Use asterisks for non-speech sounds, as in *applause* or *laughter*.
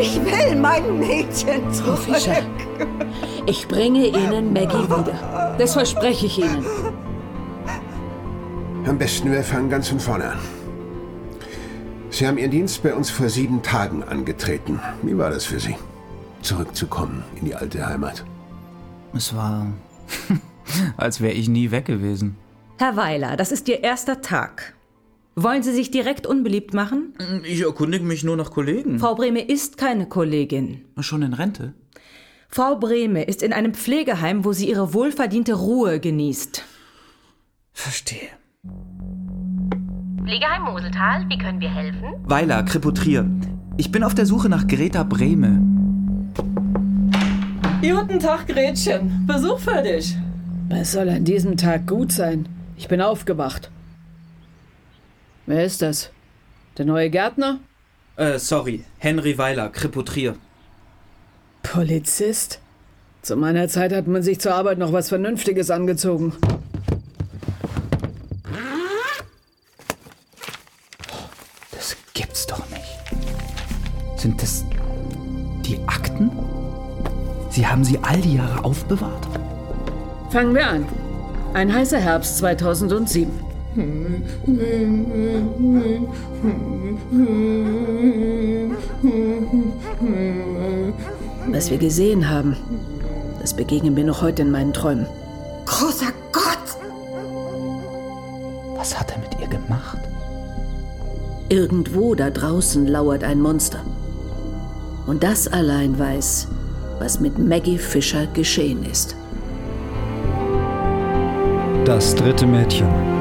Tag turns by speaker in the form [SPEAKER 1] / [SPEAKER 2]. [SPEAKER 1] Ich will mein Mädchen
[SPEAKER 2] Frau
[SPEAKER 1] zurück.
[SPEAKER 2] Fischer, ich bringe Ihnen Maggie wieder. Das verspreche ich Ihnen.
[SPEAKER 3] Am besten wir fangen ganz von vorne an. Sie haben Ihren Dienst bei uns vor sieben Tagen angetreten. Wie war das für Sie? Zurückzukommen in die alte Heimat.
[SPEAKER 4] Es war, *laughs* als wäre ich nie weg gewesen.
[SPEAKER 5] Herr Weiler, das ist Ihr erster Tag. Wollen Sie sich direkt unbeliebt machen?
[SPEAKER 4] Ich erkundige mich nur nach Kollegen.
[SPEAKER 5] Frau Brehme ist keine Kollegin.
[SPEAKER 4] Schon in Rente?
[SPEAKER 5] Frau Brehme ist in einem Pflegeheim, wo sie ihre wohlverdiente Ruhe genießt.
[SPEAKER 4] Verstehe.
[SPEAKER 6] Pflegeheim Moseltal, wie können wir helfen?
[SPEAKER 4] Weiler, Krepotrier. Ich bin auf der Suche nach Greta Brehme.
[SPEAKER 7] Guten Tag, Gretchen. Besuch für dich.
[SPEAKER 8] Es soll an diesem Tag gut sein. Ich bin aufgewacht. Wer ist das? Der neue Gärtner?
[SPEAKER 9] Äh, sorry. Henry Weiler, Krepotrier.
[SPEAKER 8] Polizist? Zu meiner Zeit hat man sich zur Arbeit noch was Vernünftiges angezogen.
[SPEAKER 4] Das gibt's doch nicht. Sind das die Akten? Sie haben sie all die Jahre aufbewahrt?
[SPEAKER 8] Fangen wir an. Ein heißer Herbst 2007. Was wir gesehen haben, das begegnet mir noch heute in meinen Träumen.
[SPEAKER 1] Großer Gott!
[SPEAKER 4] Was hat er mit ihr gemacht?
[SPEAKER 8] Irgendwo da draußen lauert ein Monster. Und das allein weiß, was mit Maggie Fischer geschehen ist.
[SPEAKER 10] Das dritte Mädchen.